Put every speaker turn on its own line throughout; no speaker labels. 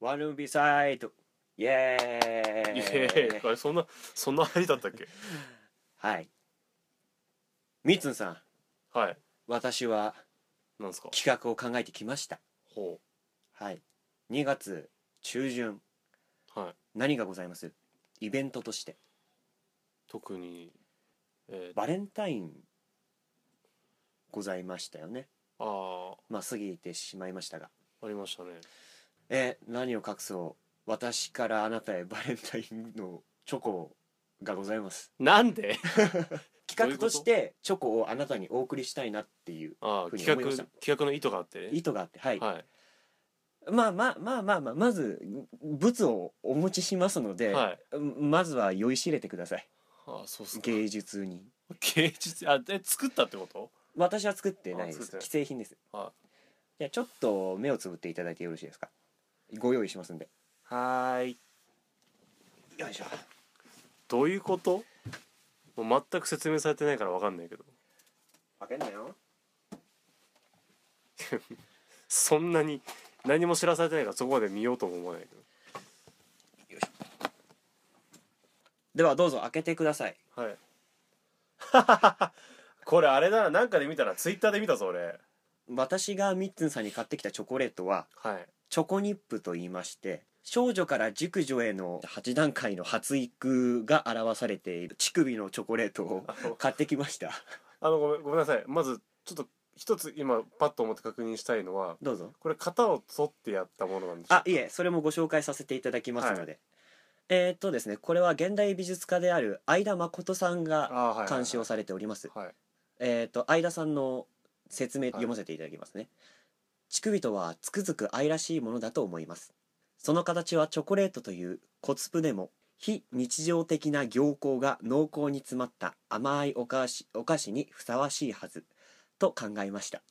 ワルビサイドイエーイ
い えあれそんなそんな入りだったっ け
はいみつんさん
はい
私は
なんですか
企画を考えてきました
ほ
はい2月中旬
うはい
何がございますイベントとして
特にえー、
バレンタインございましたよね
あ
まあ過ぎてしまいましたが
あありましたね
え何を隠そう私からあなたへバレンタインのチョコがございます
なんで
企画としてチョコをあなたにお送りしたいなっていう
ああ
ふうに
企
思いま
画
した
企画の意図があってね
意図があってはい、
は
まあまあまあまあまあまず物をお持ちしますの
い
で、
はい
まずは酔いしれてください
ああそうっすか
芸術に
芸術あで作ったってこと
私は作ってないで
あ
す
作ってない
既製品です
は
じゃあちょっと目をつぶっていただいてよろしいですかご用意しますんで
はーい
よいしょ
どういうこともう全く説明されてないからわかんないけど
開けんなよ
そんなに何も知らされてないからそこまで見ようとも思わないけ
ではどうぞ開けてください
どはい これあれだななんかで見たらツイッターで見たぞ俺
私がミッツンさんに買ってきたチョコレートは
はい
チョコニップと言いまして少女から熟女への8段階の発育が表されている乳首のチョコレートを
あの
買ってきました
あのごめんごめんなさいまずちょっと一つ今パッと思って確認したいのは
どうぞ
これ型を取ってやったものなんでしょ
あいえそれもご紹介させていただきますので、えーっとですねこれは現代美術家である相田誠さん
あ
が
はいはいはい
監視をされております
はい
えーっと相田さんの説明
い
読ませていただきますね、乳首とはつくづく愛らしいものだと思いますその形はチョコレートというコツプでも非日常的な行幸が濃厚に詰まった甘いお菓子お菓子にふさわしいはずと考えました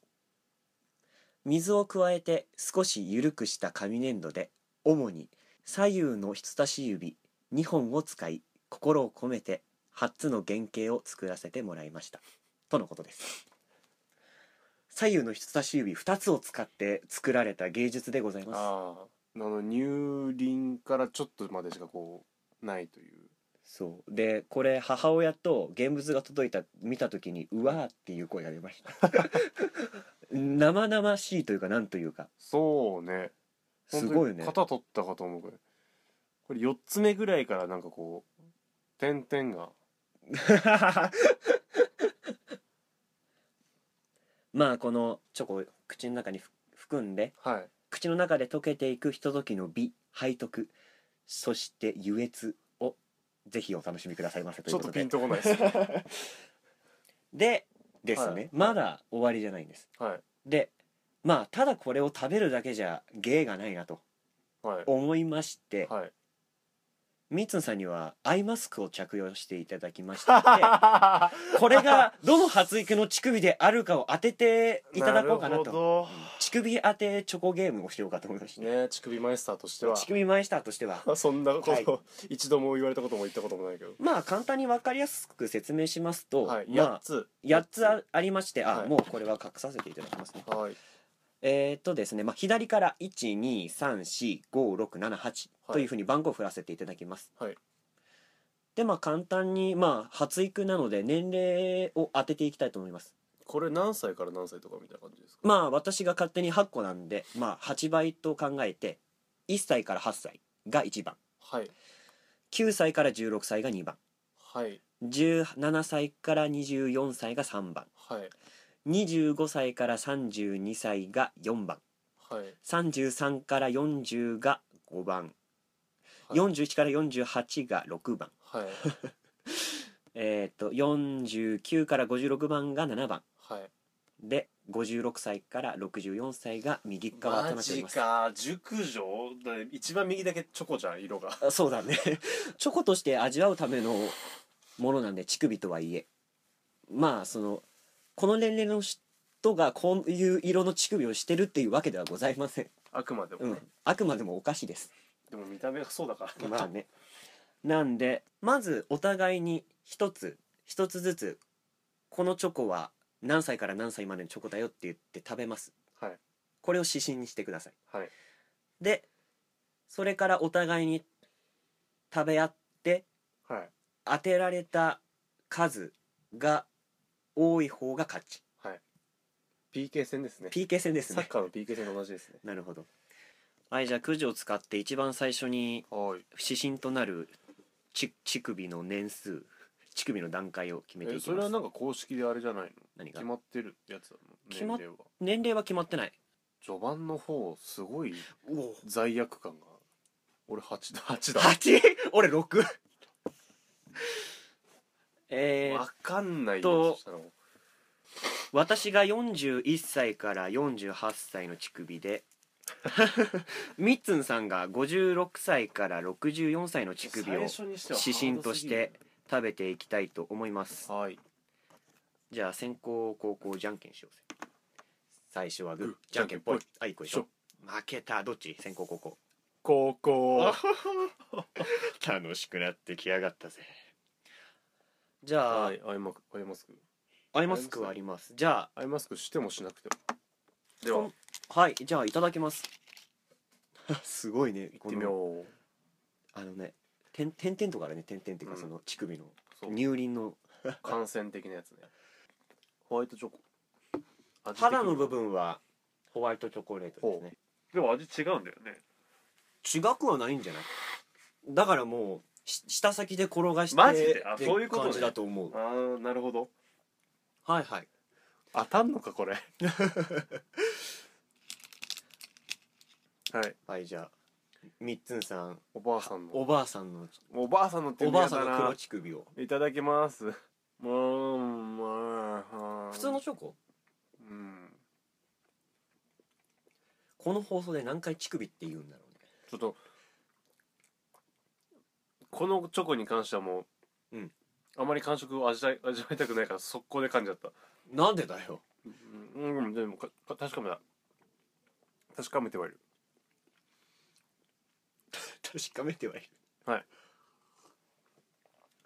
水を加えて少し緩くした紙粘土で主に左右の人差し指2本を使い心を込めて8つの原型を作らせてもらいましたとのことです左右の人差し指2つを使って作られた芸術でございま
あーあの乳輪からちょっとまでしかこうないという
すそうでこれ母親と現物が届いた見た時にうわーっていう声が出ました 生々しいというかなんというか
そうね
すごいよね
本当に型取ったかと思うこれこれ4つ目ぐらいからなんかこう点々が
まあこのチョコを口の中にふ含んで
はい
口の中で溶けていくひとときの美背徳そして優越をぜひお楽しみくださいませとい
ち
う
ょっ
ことと
ピ
で
ンとこないですね
でですね、
はい
まだ終わりじゃないんです
はい
でまあただこれを食べるだけじゃ芸がないなと
はい
思いまして、
はい
みつんさんにはアイマスクを着用していただきま したこれがどの発育の乳首であるかを当てて いただこうかな
るほ
と
ど
乳首当てチョコゲームをしようかと思いまして、
ね乳首マイスターとしては
乳首マイスターとして は
そんなこと、
はい
一度も言われたことも言ったこともないけど
まあ簡単に分かりやすく説明しますと、
はい
ま
8
あ
つ
8つあありましてあ、
はい
もうこれは隠させていただきますね
はい
えー、っとですね、まあ、左から1234567
い
というふうに番号を振らせていただきます、
はい
でまあ簡単にまあ発育なので年齢を当てていきたいと思います
これ何歳から何歳とかみたいな感じですか
まあ私が勝手に8個なんで、まあ、8倍と考えて1歳から8歳が1番
はい
9歳から16歳が2番
はい
17歳から24歳が3番
はい
25歳から32歳が4番
はい
33から40が5番、
はい
41から48が6番、
はい
えー、と49から56番が7番
はい
で56歳から64歳が右側とな
マ
っており
ジ
ます
か熟女だ一番右だけチョコじゃん色が
あそうだね チョコとして味わうためのものなんで乳首とはいえまあそのこの年齢の人がこういう色の乳首をしてるっていうわけではございません、
あくまでも
う
ね、
ん、あくまでもお菓子です
でも見た目がそうだから
まあねなんでまずお互いに一つ一つずつこのチョコは何歳から何歳までのチョコだよって言って食べます
はい
これを指針にしてください
はい
でそれからお互いに食べ合って
はい
当てられた数が多い方が勝ち
PK 戦ですね
PK 戦です
サッ
ね
カーの PK 戦と同じですね
なるほどはいじゃあくじを使って一番最初に
はい
指針となるち乳首の年数乳首の段階を決めていき
え
ます
それはなんか公式であれじゃないの
何が
決まってるやつだもん
決まっ
年齢は
年齢は決まってない
序盤の方すごい
おお
罪悪感が俺8だ8だ
8? 俺 6? えー
わかんない
と
よそしたらもう
私が41歳から48歳の乳首で みっつんさんが56歳から64歳の乳首を
最初にしては
指針として
ハードすぎる
食べていきたいと思います
はい
じゃあ先攻後攻じゃんけんしようぜ最初はグ
う
ー
ん
じゃんけんぽい
じ
あいこでし
し
ょ
ょ
負けたどっち先攻後攻
高校
楽しくなってきやがったぜじゃあ、
はいアイマアイマスク
アイマスクはありますじゃあ
アイマスクしてもしなくてもでは
こんはいじゃあいただきます すごいね
行ってみよう
あのね点点々とかあるね点々っていうか
うん
その乳首の
そう
乳輪の
感染的なやつねホワイトチョコ味的に
腹の部分はホワイトチョコレートですね
でも味違うんだよね
違くはないんじゃないだからもうし舌先で転がして
マジであ
って
そういうことね
感じだと思う
ああなるほど
はいはい
当たんのかこれ はい
はいじゃあみっつんさん
おばあさんの
おばあさんの
おばあさんのって
お
いうの
ばあ
や
さん
だ
の黒
な
乳首を
いただきますもうまあ
普通のチョコ
うん
この放送で何回乳首って言うんだろ
ちょっとこのチョコに関してはもう、
うん
あまり感触を味わい味わいたくないから速攻で噛んじゃった
うねなんでだよ
うん、うん、でもかか確かめた確かめてはいる
確かめてはいる
はい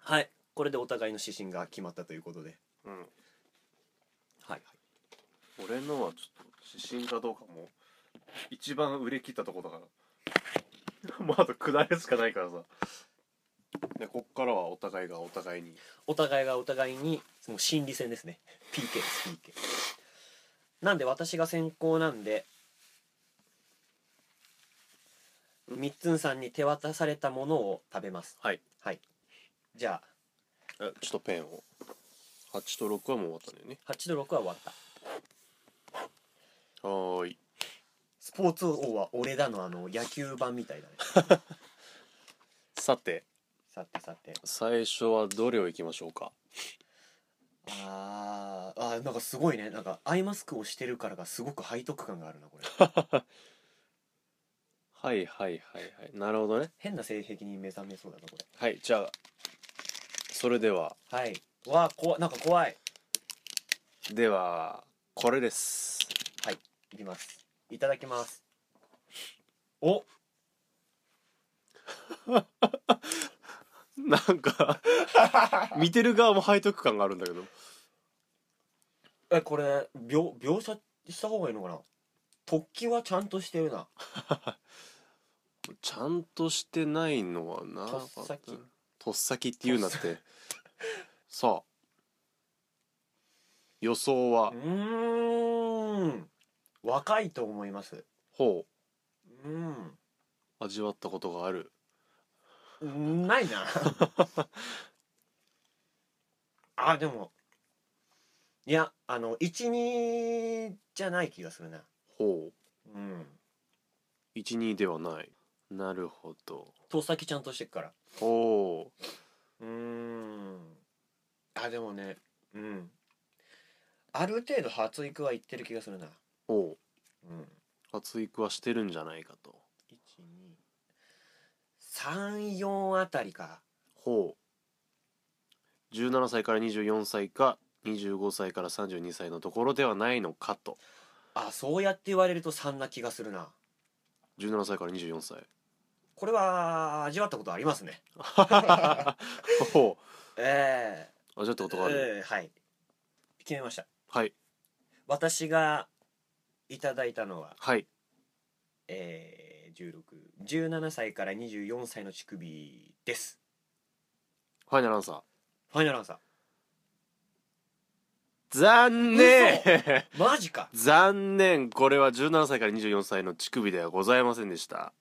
はいこれでお互いの指針が決まったということで
うん
はいはい
俺のはちょっと指針かどうかも一番売れ切ったとこだから もうあと下るしかないからさでこっからはお互いがお互いに
お互いがお互いにもう心理戦ですね PK です PK なんで私が先行なんでみっつんさんに手渡されたものを食べます
はい
はいじゃ
えちょっとペンを8と6はもう終わったんだよね
あ8と6は終わった
はーい
スポーツ王は俺だのあの野球版みたいだね
さて
さてさて
最初はどれをいきましょうか
あーあーなんかすごいねなんかアイマスクをしてるからがすごく背徳感があるなこれ
はいはいはいはいなるほどね
変な性癖に目覚めそうだなこれ
はいじゃあそれでは
はいわあ怖いなんか怖い
ではこれです
いきますいただきますお
なん か見てる側も背徳感があるんだけど
えこれ描描写した方がいいのかな突起はちゃんとしてるな
ちゃんとしてないのはな
とっさき
とっさきって言うなって さあ予想は
うーん若いと思います
ほ
う
う味わったことがある
ーんない なあでもいやあの12じゃない気がするな
ほう
うん
12ではないなるほど
とっさきちゃんとしてるから
ほう
うーんあでもねうんある程度発育はいってる気がするな
ほう
うん
発育はしてるんじゃないかと
134あたりか
ほう17歳から24歳か25歳から32歳のところではないのかと
あそうやって言われると3な気がするな
17歳から24歳
これは味わったことありますね
ほう
ええ
あじゃあってことがある、
えーはい決めました
はい
私がいただいたのは、
はい
えー、1617歳から24歳の乳首です
ファイナルアンサー
ファイナルアンサ
残念
ーマジか
残念これは17歳から24歳の乳首ではございませんでした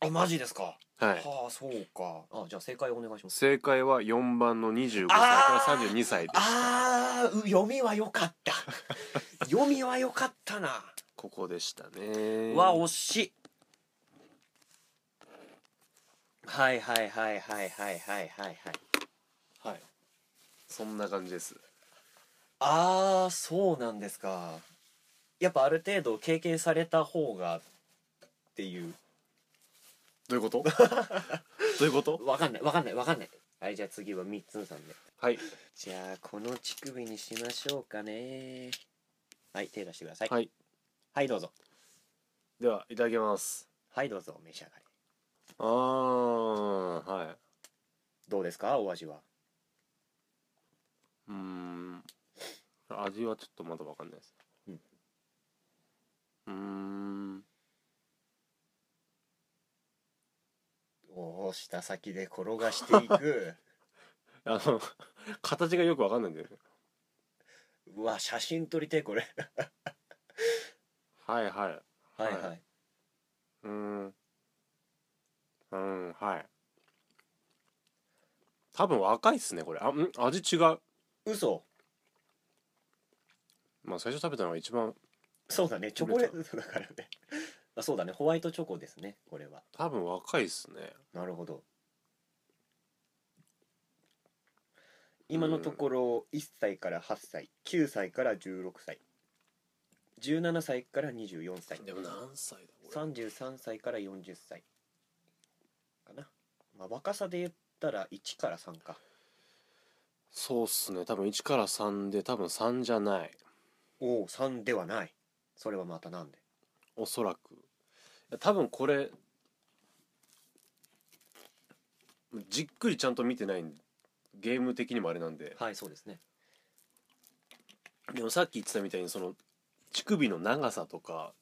あマジですか、
はい
はあそうかあじゃあ正解お願いします
正解は4番の25歳から32歳です
あーう読みは良かった 読みは良かったな、
ここでしたね
わ惜しいはいはいはいはいはいはいはいはい
はいそんな感じです
ああそうなんですかやっぱある程度経験された方がっていう
どういうことどういうこと
わかんないわかんないわかんないはいじゃあ次はみっつんさんで
はい
じゃあこの乳首にしましょうかねはい手出してください
はい
はいどうぞ
ではいただきます
はいどうぞお召し上がれ
あーはい
どうですかお味は
うーん味はちょっとまだわかんないです
うん
うーん
おお下先で転がしてい く
あの 形がよくわかんないんだよね
うわ写真撮りてえこれ
はいはい
はいはい、
はうーんうーんはい多分若いっすねこれあん味違う
嘘
まあ最初食べたのが一番
そうだねチョコレートだからね あそうだねホワイトチョコですねこれは
多分若いっすね
なるほど今のところ1歳から8歳9歳から16歳17歳から24歳
歳だ
33歳から40歳かな、まあ、若さで言ったら1から3か
そうっすね多分1から3で多分3じゃない
おお3ではないそれはまたなんで
おそらくいや多分これじっくりちゃんと見てないんゲーム的にもあれなんで
はいそうですね
でもさっき言ってたみたいにその乳首の長さとか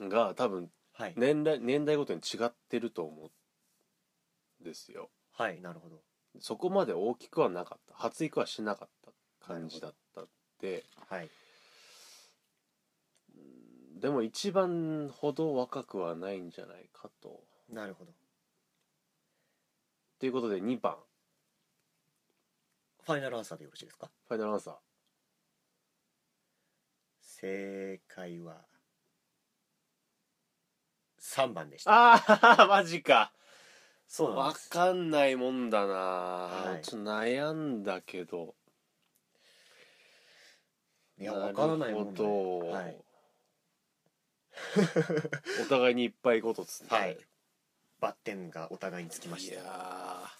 が多分
はい、
年代年代ごとに違ってると思うんですよ
はいなるほど
そこまで大きくはなかった発育はしなかった感じだったって
はい
でも一番ほど若くはないんじゃないかと
なるほど
ということで2番
ファイナルアンサーでよろしいですか
ファイナルアンサー
正解は3番でした
ああ マジか
そうなん
わ
です
かんないもんだな、
い
ちょっと悩んだけど
いやわからないもん
るほど
だね
お互いにいっぱいいことっつって、
はい、はい、バッテンがお互いにつきまし
い
た
や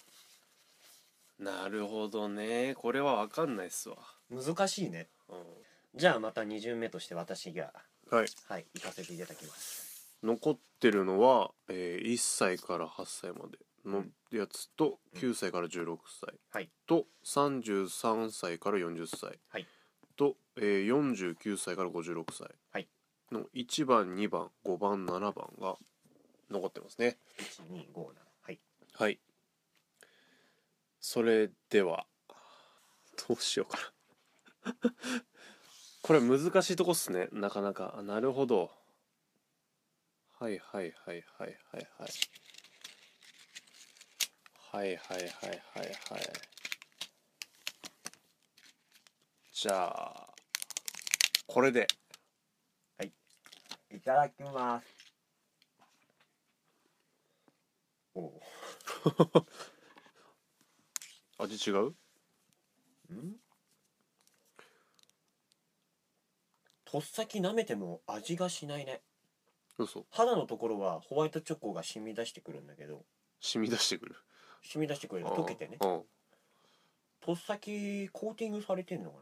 ーなるほどねこれはわかんないっすわ、
難しいね
う
じゃあまた2巡目として私が
ん、はい
はい行かせていただきます
残ってるのは、えー1歳から8歳までのやつと
うん
9歳から16歳、
はい
と33歳から40歳、
はい
と、えー49歳から56歳
はい
の1番2番5番7番が残ってますね
1257はい
はいそれではどうしようかな これ難しいとこっすねなかなかあなるほどはいはいはいはいはいはいはいはいはいはいはいじゃあこれで
いただきますおお
味違うん
とっさき舐めても味がしないね
嘘
肌のところはホワイトチョコが染み出してくるんだけど
染み出してくる
染み出してくる溶けてね
うん
とっさきコーティングされてんのか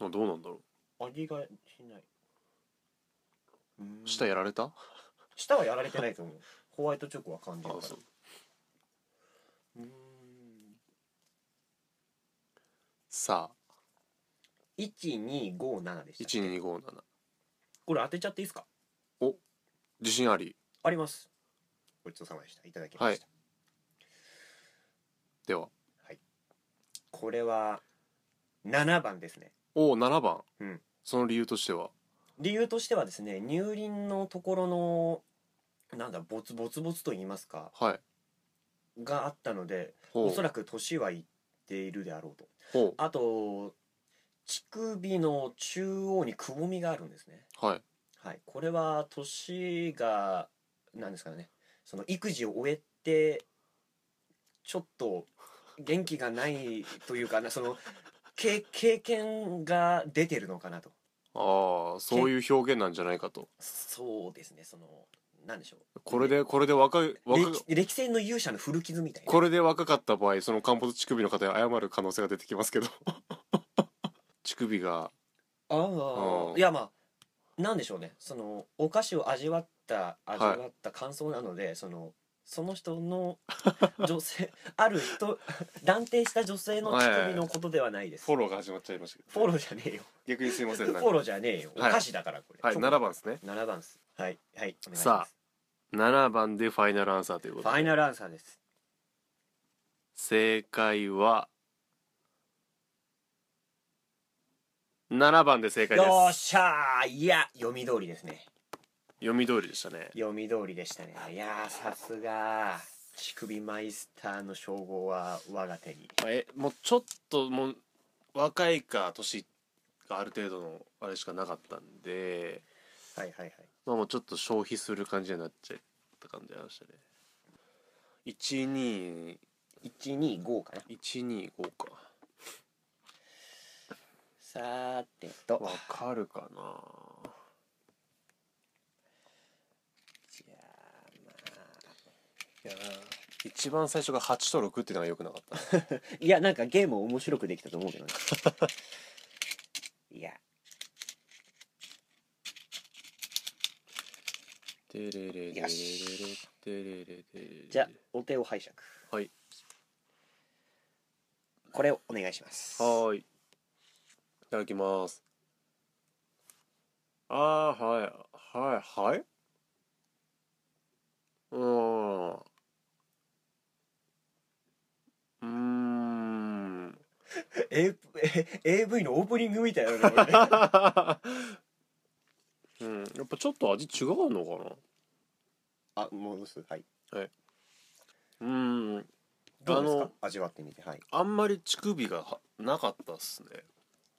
あどうなんだろ
な味がしないうーん
う舌やられた
舌はやられてないと思うホワイトチョコは感じる
あ
から
そう
うーん
さあ
1257でした
1257
これ当てちゃっていいですか
自信あり
ありますごちそうさまでしたいただきました、
では
これは7番ですね
おお7番、
うん
その理由としては
理由としてはですね乳輪のところのなんだボツボツボツと言いますか
はい
があったので
ほう
おそらく年はいっているであろうと
ほ
あと乳首の中央にくぼみがあるんですね
うはい
はいこれは年がなんですかねその育児を終えてちょっと元気がないというかなその経経験が出てるのかなと
ああそういう表現なんじゃないかと
そうですねそのなんでしょう
これでこれで若い若い
歴歴戦の勇者の古傷みたいな
これで若かった場合その陥没乳首の方に謝る可能性が出てきますけど 乳首が
あ
う
あ
ん
いやまあなんでしょうねそのお菓子を味わった
い
味わった感想なので、そのその人 の女性ある人断定した女性の乳首のことではないです、
フォローが始まっちゃいましたけど
フォローじゃねえよ
逆にすいませ
フ
んなん
ォ
か
ローじゃねえよお
はい
菓子だからこれ、
はい7番ですね
7番ですはいはいお願いします
さ7番でファイナルアンサーという
フ
ことで
ァイナルアンサーです
正解は7番で正解
よ
で
っ
す
しゃーいや読み通りですね
読み通りでしたね
読み通りでしたねいやーさすが乳首マイスターの称号は我が手に
えもうちょっともう若いか年がある程度のあれしかなかったんで
はいはいはい
まあもうちょっと消費する感じになっちゃった感じありましたね12125
125かな
か
さーてと
わかるかな
じゃ
いや一番最初が8と6っていうのが良くなかったね
あいやなんかゲームを面白くできたと思うけどねいや
テレレレレレ
よし
テレレレレ
じゃあお手を拝借
はい
これをお願いします
はーいいただきますあーはいはいはいうーんうーん
A- AV のオープニングみたいなのこ れ
うんやっぱちょっと味違うのか
あ戻すはい
なうーん
どうです
あ
か
の
味わってみてはい
あんまり乳首がはなかったっすね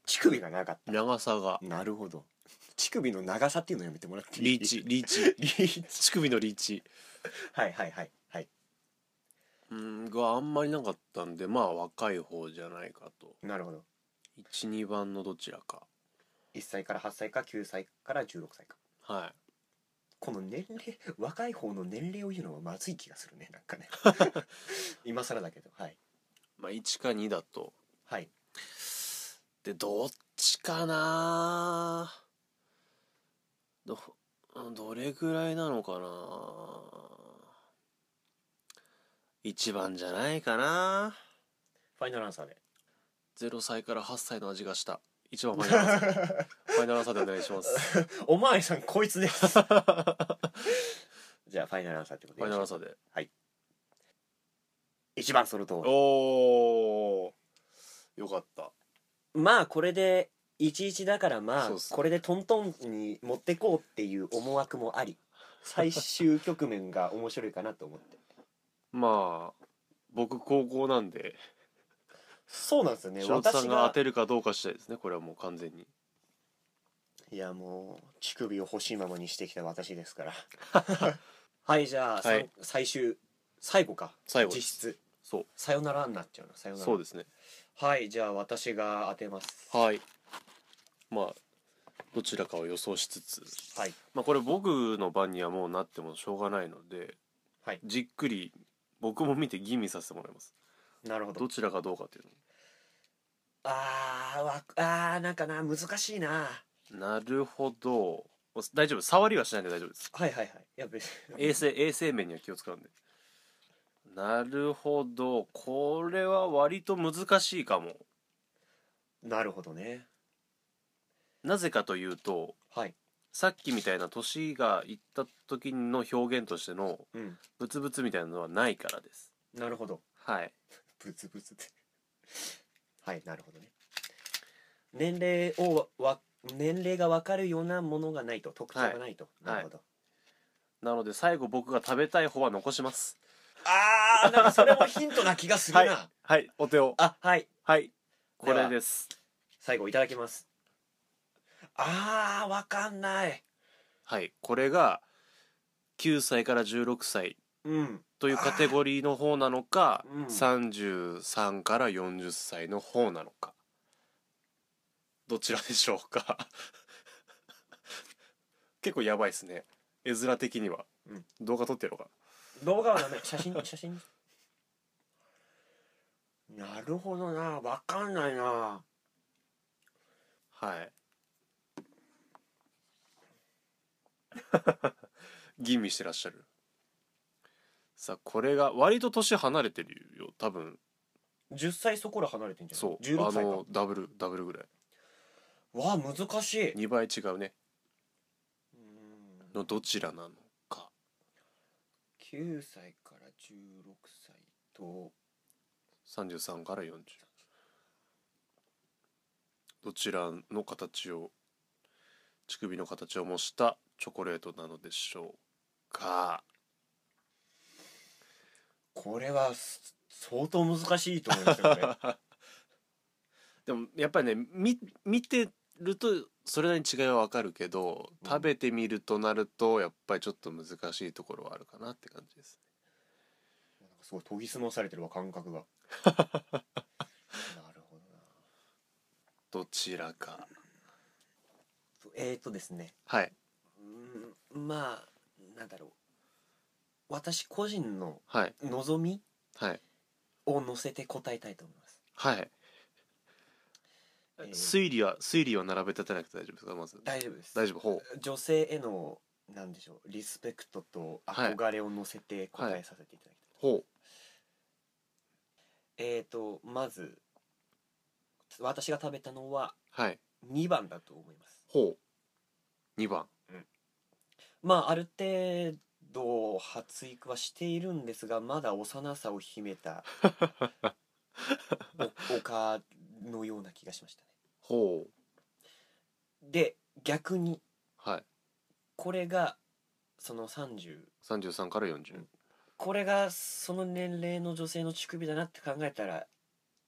乳首がなかっ
長さが
たなるほど乳首の長さっていうのやめてもらっていい
リーチリーチ
リーチ
乳首のリーチ
はいはいはいはい
うんがあんまりなかったんでまあ若い方じゃないかと
なるほど
12番のどちらか
1歳から8歳か9歳から16歳か
は
この年齢 若い方の年齢を言うのはまずい気がするねなん かね今更だけどはい
いまあ1か2だと
はい
でどっちかなどどれぐらいなのかな1番じゃないかな
ファイナルアンサーで
0歳から8歳の味がした1番ファイナル アンサーファイナルアンサーでお願いします
おまわりさんこいつです
ファ
じゃあファイナルアンサーってこと
イナルアンサーで
一番その通り
おーよかった
まあこれで11だからまあ
そうっすね
これでトントンに持ってこうっていう思惑もあり最終局面が面白いかなと思って
まあ僕高校なんで
そうなんですよね
翔太さ
私
んが
が
当てるかどうかしたいですねこれはもう完全に
いやもう乳首を欲しいままにしてきた私ですから はいじゃあ、さん
はい
最終最後か
最後で
実
す
質
そう
さよならになっちゃうなさよなら
そうですね
はいじゃあ私が当てます
はいまあどちらかを予想しつつ
はい
まあこれ僕の番にはもうなってもしょうがないので、
はい
じっくり僕も見て吟味させてもらいます
なるほど
どちらかどうかっていう
あーわあーなんかな難しいな
のなるほど大丈夫触りはしないんで大丈夫です
はいはいはいいや別に
衛生衛生面には気を使うんでなるほどこれは割と難しいかも
なるほどね
なぜかというと
はい
さっきみたいな年がいった時の表現としての
うん
ブツブツみたいなのはないからです
なるほど
はい
ブツブツって はいなるほどね年齢をわ年齢がわかるようなものがないと特徴がないと、
はい
なるほど、
なので最後僕が食べたい方は残します
あーなんかそれもヒントな気がするな、
はいお手を
あはい
はいこ
では
れです
最後いただきますあーわかんない
はいこれが9歳から16歳
うん
というカテゴリーの方なのか、
うん
33から40歳の方なのかどちらでしょうか 結構やばいですね絵面的には、
うん
動画撮ってるのか
動画はダメ写真 写真なるほどなわかんないな
はい 吟味してらっしゃるさあこれが割と年離れてるよ多分
10歳そこら離れてんじゃん
そう
16
あ
歳か
のダブルダブルぐらい
わあ難しい
2倍違うね
うん
のどちらなのか
9歳から16歳と
33から40どちらの形を乳首の形を模したチョコレートなのでしょうか
これはす相当難しいと思いますよね
でもやっぱりね見見てるとそれなりに違いはわかるけど
うん
食べてみるとなるとやっぱりちょっと難しいところはあるかなって感じです
なんかすごい研ぎ澄まされてるわ感覚 がなるほどな
どちらか
えーとですね
はいう
ーんまあなんだろう私個人の
はい
望み
はい
を乗せて答えたいと思います
はい、
えー
推理は推理は並べ立てなくて大丈夫ですかまず
大丈夫です
大丈夫ほう
女性へのなんでしょうリスペクトと憧れを乗せて答えさせていただきた
ほう
い、えーとまず私が食べたのは
はい
2番だと思います
ほう2番
まあある程度発育はしているんですがまだ幼さを秘め たお丘のような気がしましたね
ほ
で逆に
うはい
これがその30
33から40、
これがその年齢の女性の乳首だなって考えたら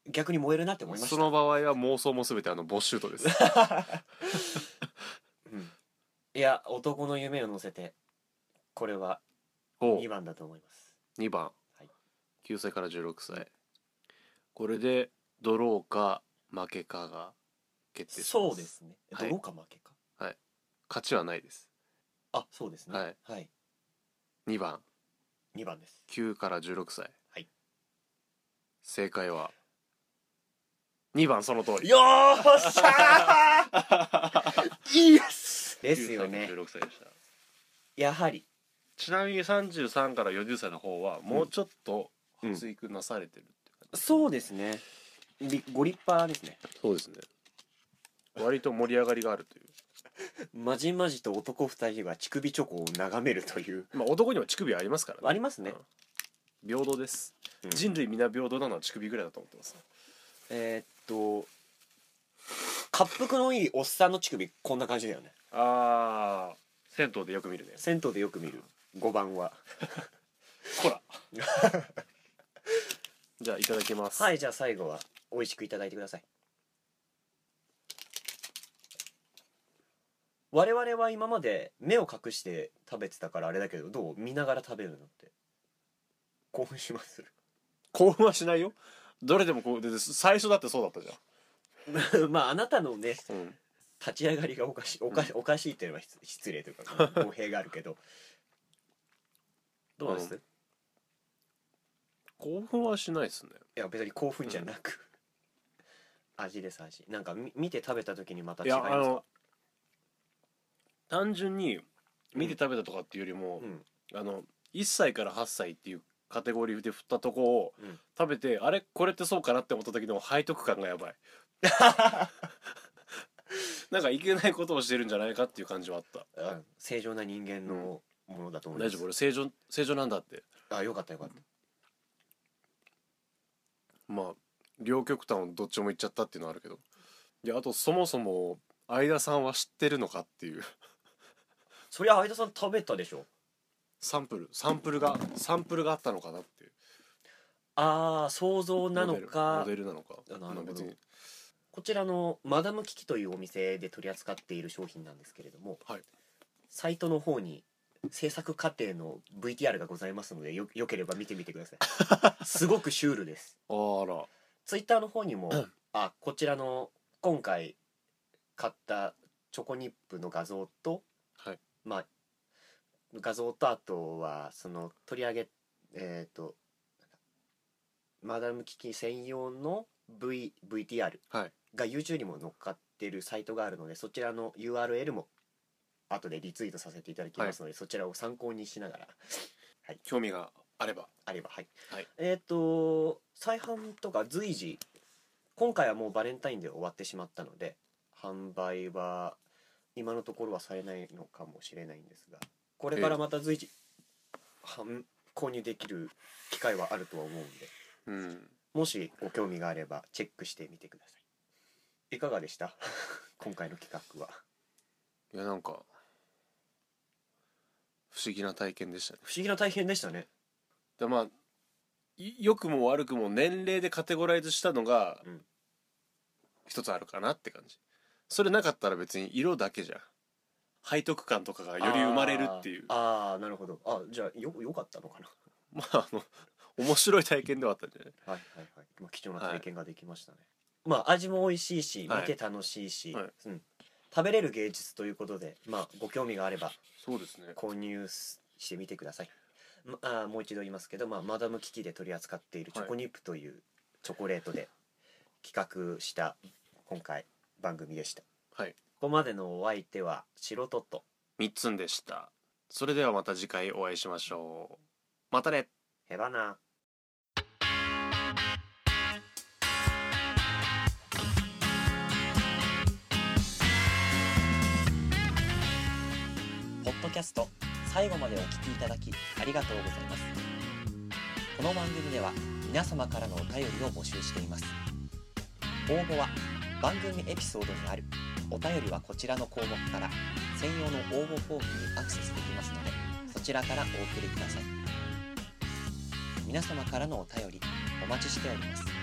逆に燃えるなって思いました
その場合は妄想も全てあのボッシュートです
うんいや男の夢を乗せてこれは
ほ
2番だと思います
う2番、
はい
9歳から16歳これでドローか負けかが決定します
そうですね
は
ど
いう
か負けか、
勝ちはないです
あそうですね
はい、
はい、
2番
2番です
9から16歳
はい
正解は2番その通り
よーしゃーイエスで
です
よね
16歳でした
やはり
ちなみに33から40歳の方はもうちょっと
うん
発育なされてるって感じ、
そうですねりご立派ですね
そうですね割と盛り上がりがあるという
まじまじと男2人が乳首チョコを眺めるという
まあ男には乳首ありますから
ありますね、
平等です、
うん
人類皆平等なのは乳首ぐらいだと思ってます
えーっと滑腹のいいおっさんの乳首こんな感じだよね
あー銭湯でよく見るね
銭湯でよく見る5番は
こら じゃあいただきます
はいじゃあ最後は美味しくいただいてください我々は今まで目を隠して食べてたからあれだけどどう見ながら食べるのって興奮します
興奮はしないよどれでもこうでで最初だってそうだったじ
まああなたのね
ゃん、うん、
立ち上がりがおかしいおか,、おかしいっていうのは失失礼というか 語弊があるけどどうなんです、
う
い
興奮はしないですね
や別に興奮じゃなく、味です味なんかみ見て食べた時にまた違
い
い
や
ます
あ
か
の単純に見て食べたとかっていうよりも
う、ん
あの1歳から8歳っていうカテゴリーで振ったとこを
うん
食べて、あれこれってそうかなって思った時の背徳感がやばいなんかいけないことをしてるんじゃないかっていう感じはあった
あ正常な人間のものだと思いま
大
す
丈夫俺正常正常なんだって
あよかったよかった
まあ両極端をどっちも行っちゃったっていうのはあるけどいやあとそもそも相田さんは知ってるのかっていう
そりゃ相田さん食べたでしょ
サンプルサンプルがサンプルがあったのかなっていう
ああ想像なの
モ
か
デルモデルなのか
あなるほど
まあ別に
こちらのマダムキキというお店で取り扱っている商品なんですけれども、
はい
サイトの方に制作過程の VTR がございますのでよよければ見てみてくださ いすごくシュールです
あら
ツイッターの方にも、
うん
あこちらの今回買ったチョコニップの画像と、
はい
まあ画像とあとはその取り上げえっ、とマダムキキ専用の v VTR
はい
が YouTube にも載っかってるサイトがあるのでそちらの URL も後でリツイートさせていただきますので、そちらを参考にしながら
興味があれば
あればはい、
はい
えっ、と再販とか随時今回はもうバレンタインで終わってしまったので販売は今のところはされないのかもしれないんですがこれからまた随時、販購入できる機会はあるとは思うんで
うん
もしご興味があればチェックしてみてくださいいかがでした 今回の企画はい
やなんか不思議な体験でしたね
不思議な大変でしたね
でまあい良くも悪くも年齢でカテゴライズしたのが
うん
一つあるかなって感じそれなかったら別に色だけじゃん背徳感とかがより生まれるっていう
あーあーなるほどあじゃあよよかったのかな
まああの面白い体験ではあったんじゃない
はいはいはい、まあ、貴重な体験ができましたね、まあ味も美味しいし
はい
見て楽しいし、
はい
うん、食べれる芸術ということで、まあ、ご興味があれば
そうですね
購入してみてください、まあーもう一度言いますけど、まあ、マダムキキで取り扱っているチョコニップというチョコレートで企画した今回番組でした
はい
ここまでのお相手は白トット
3つんでしたそれではまた次回お会いしましょうまたね
ヘバナポッドキャスト最後までお聞きいただきありがとうございますこの番組では皆様からのお便りを募集しています応募は番組エピソードにあるお便りはこちらの項目から専用の応募フォームにアクセスできますのでそちらからお送りください皆様からのお便りお待ちしております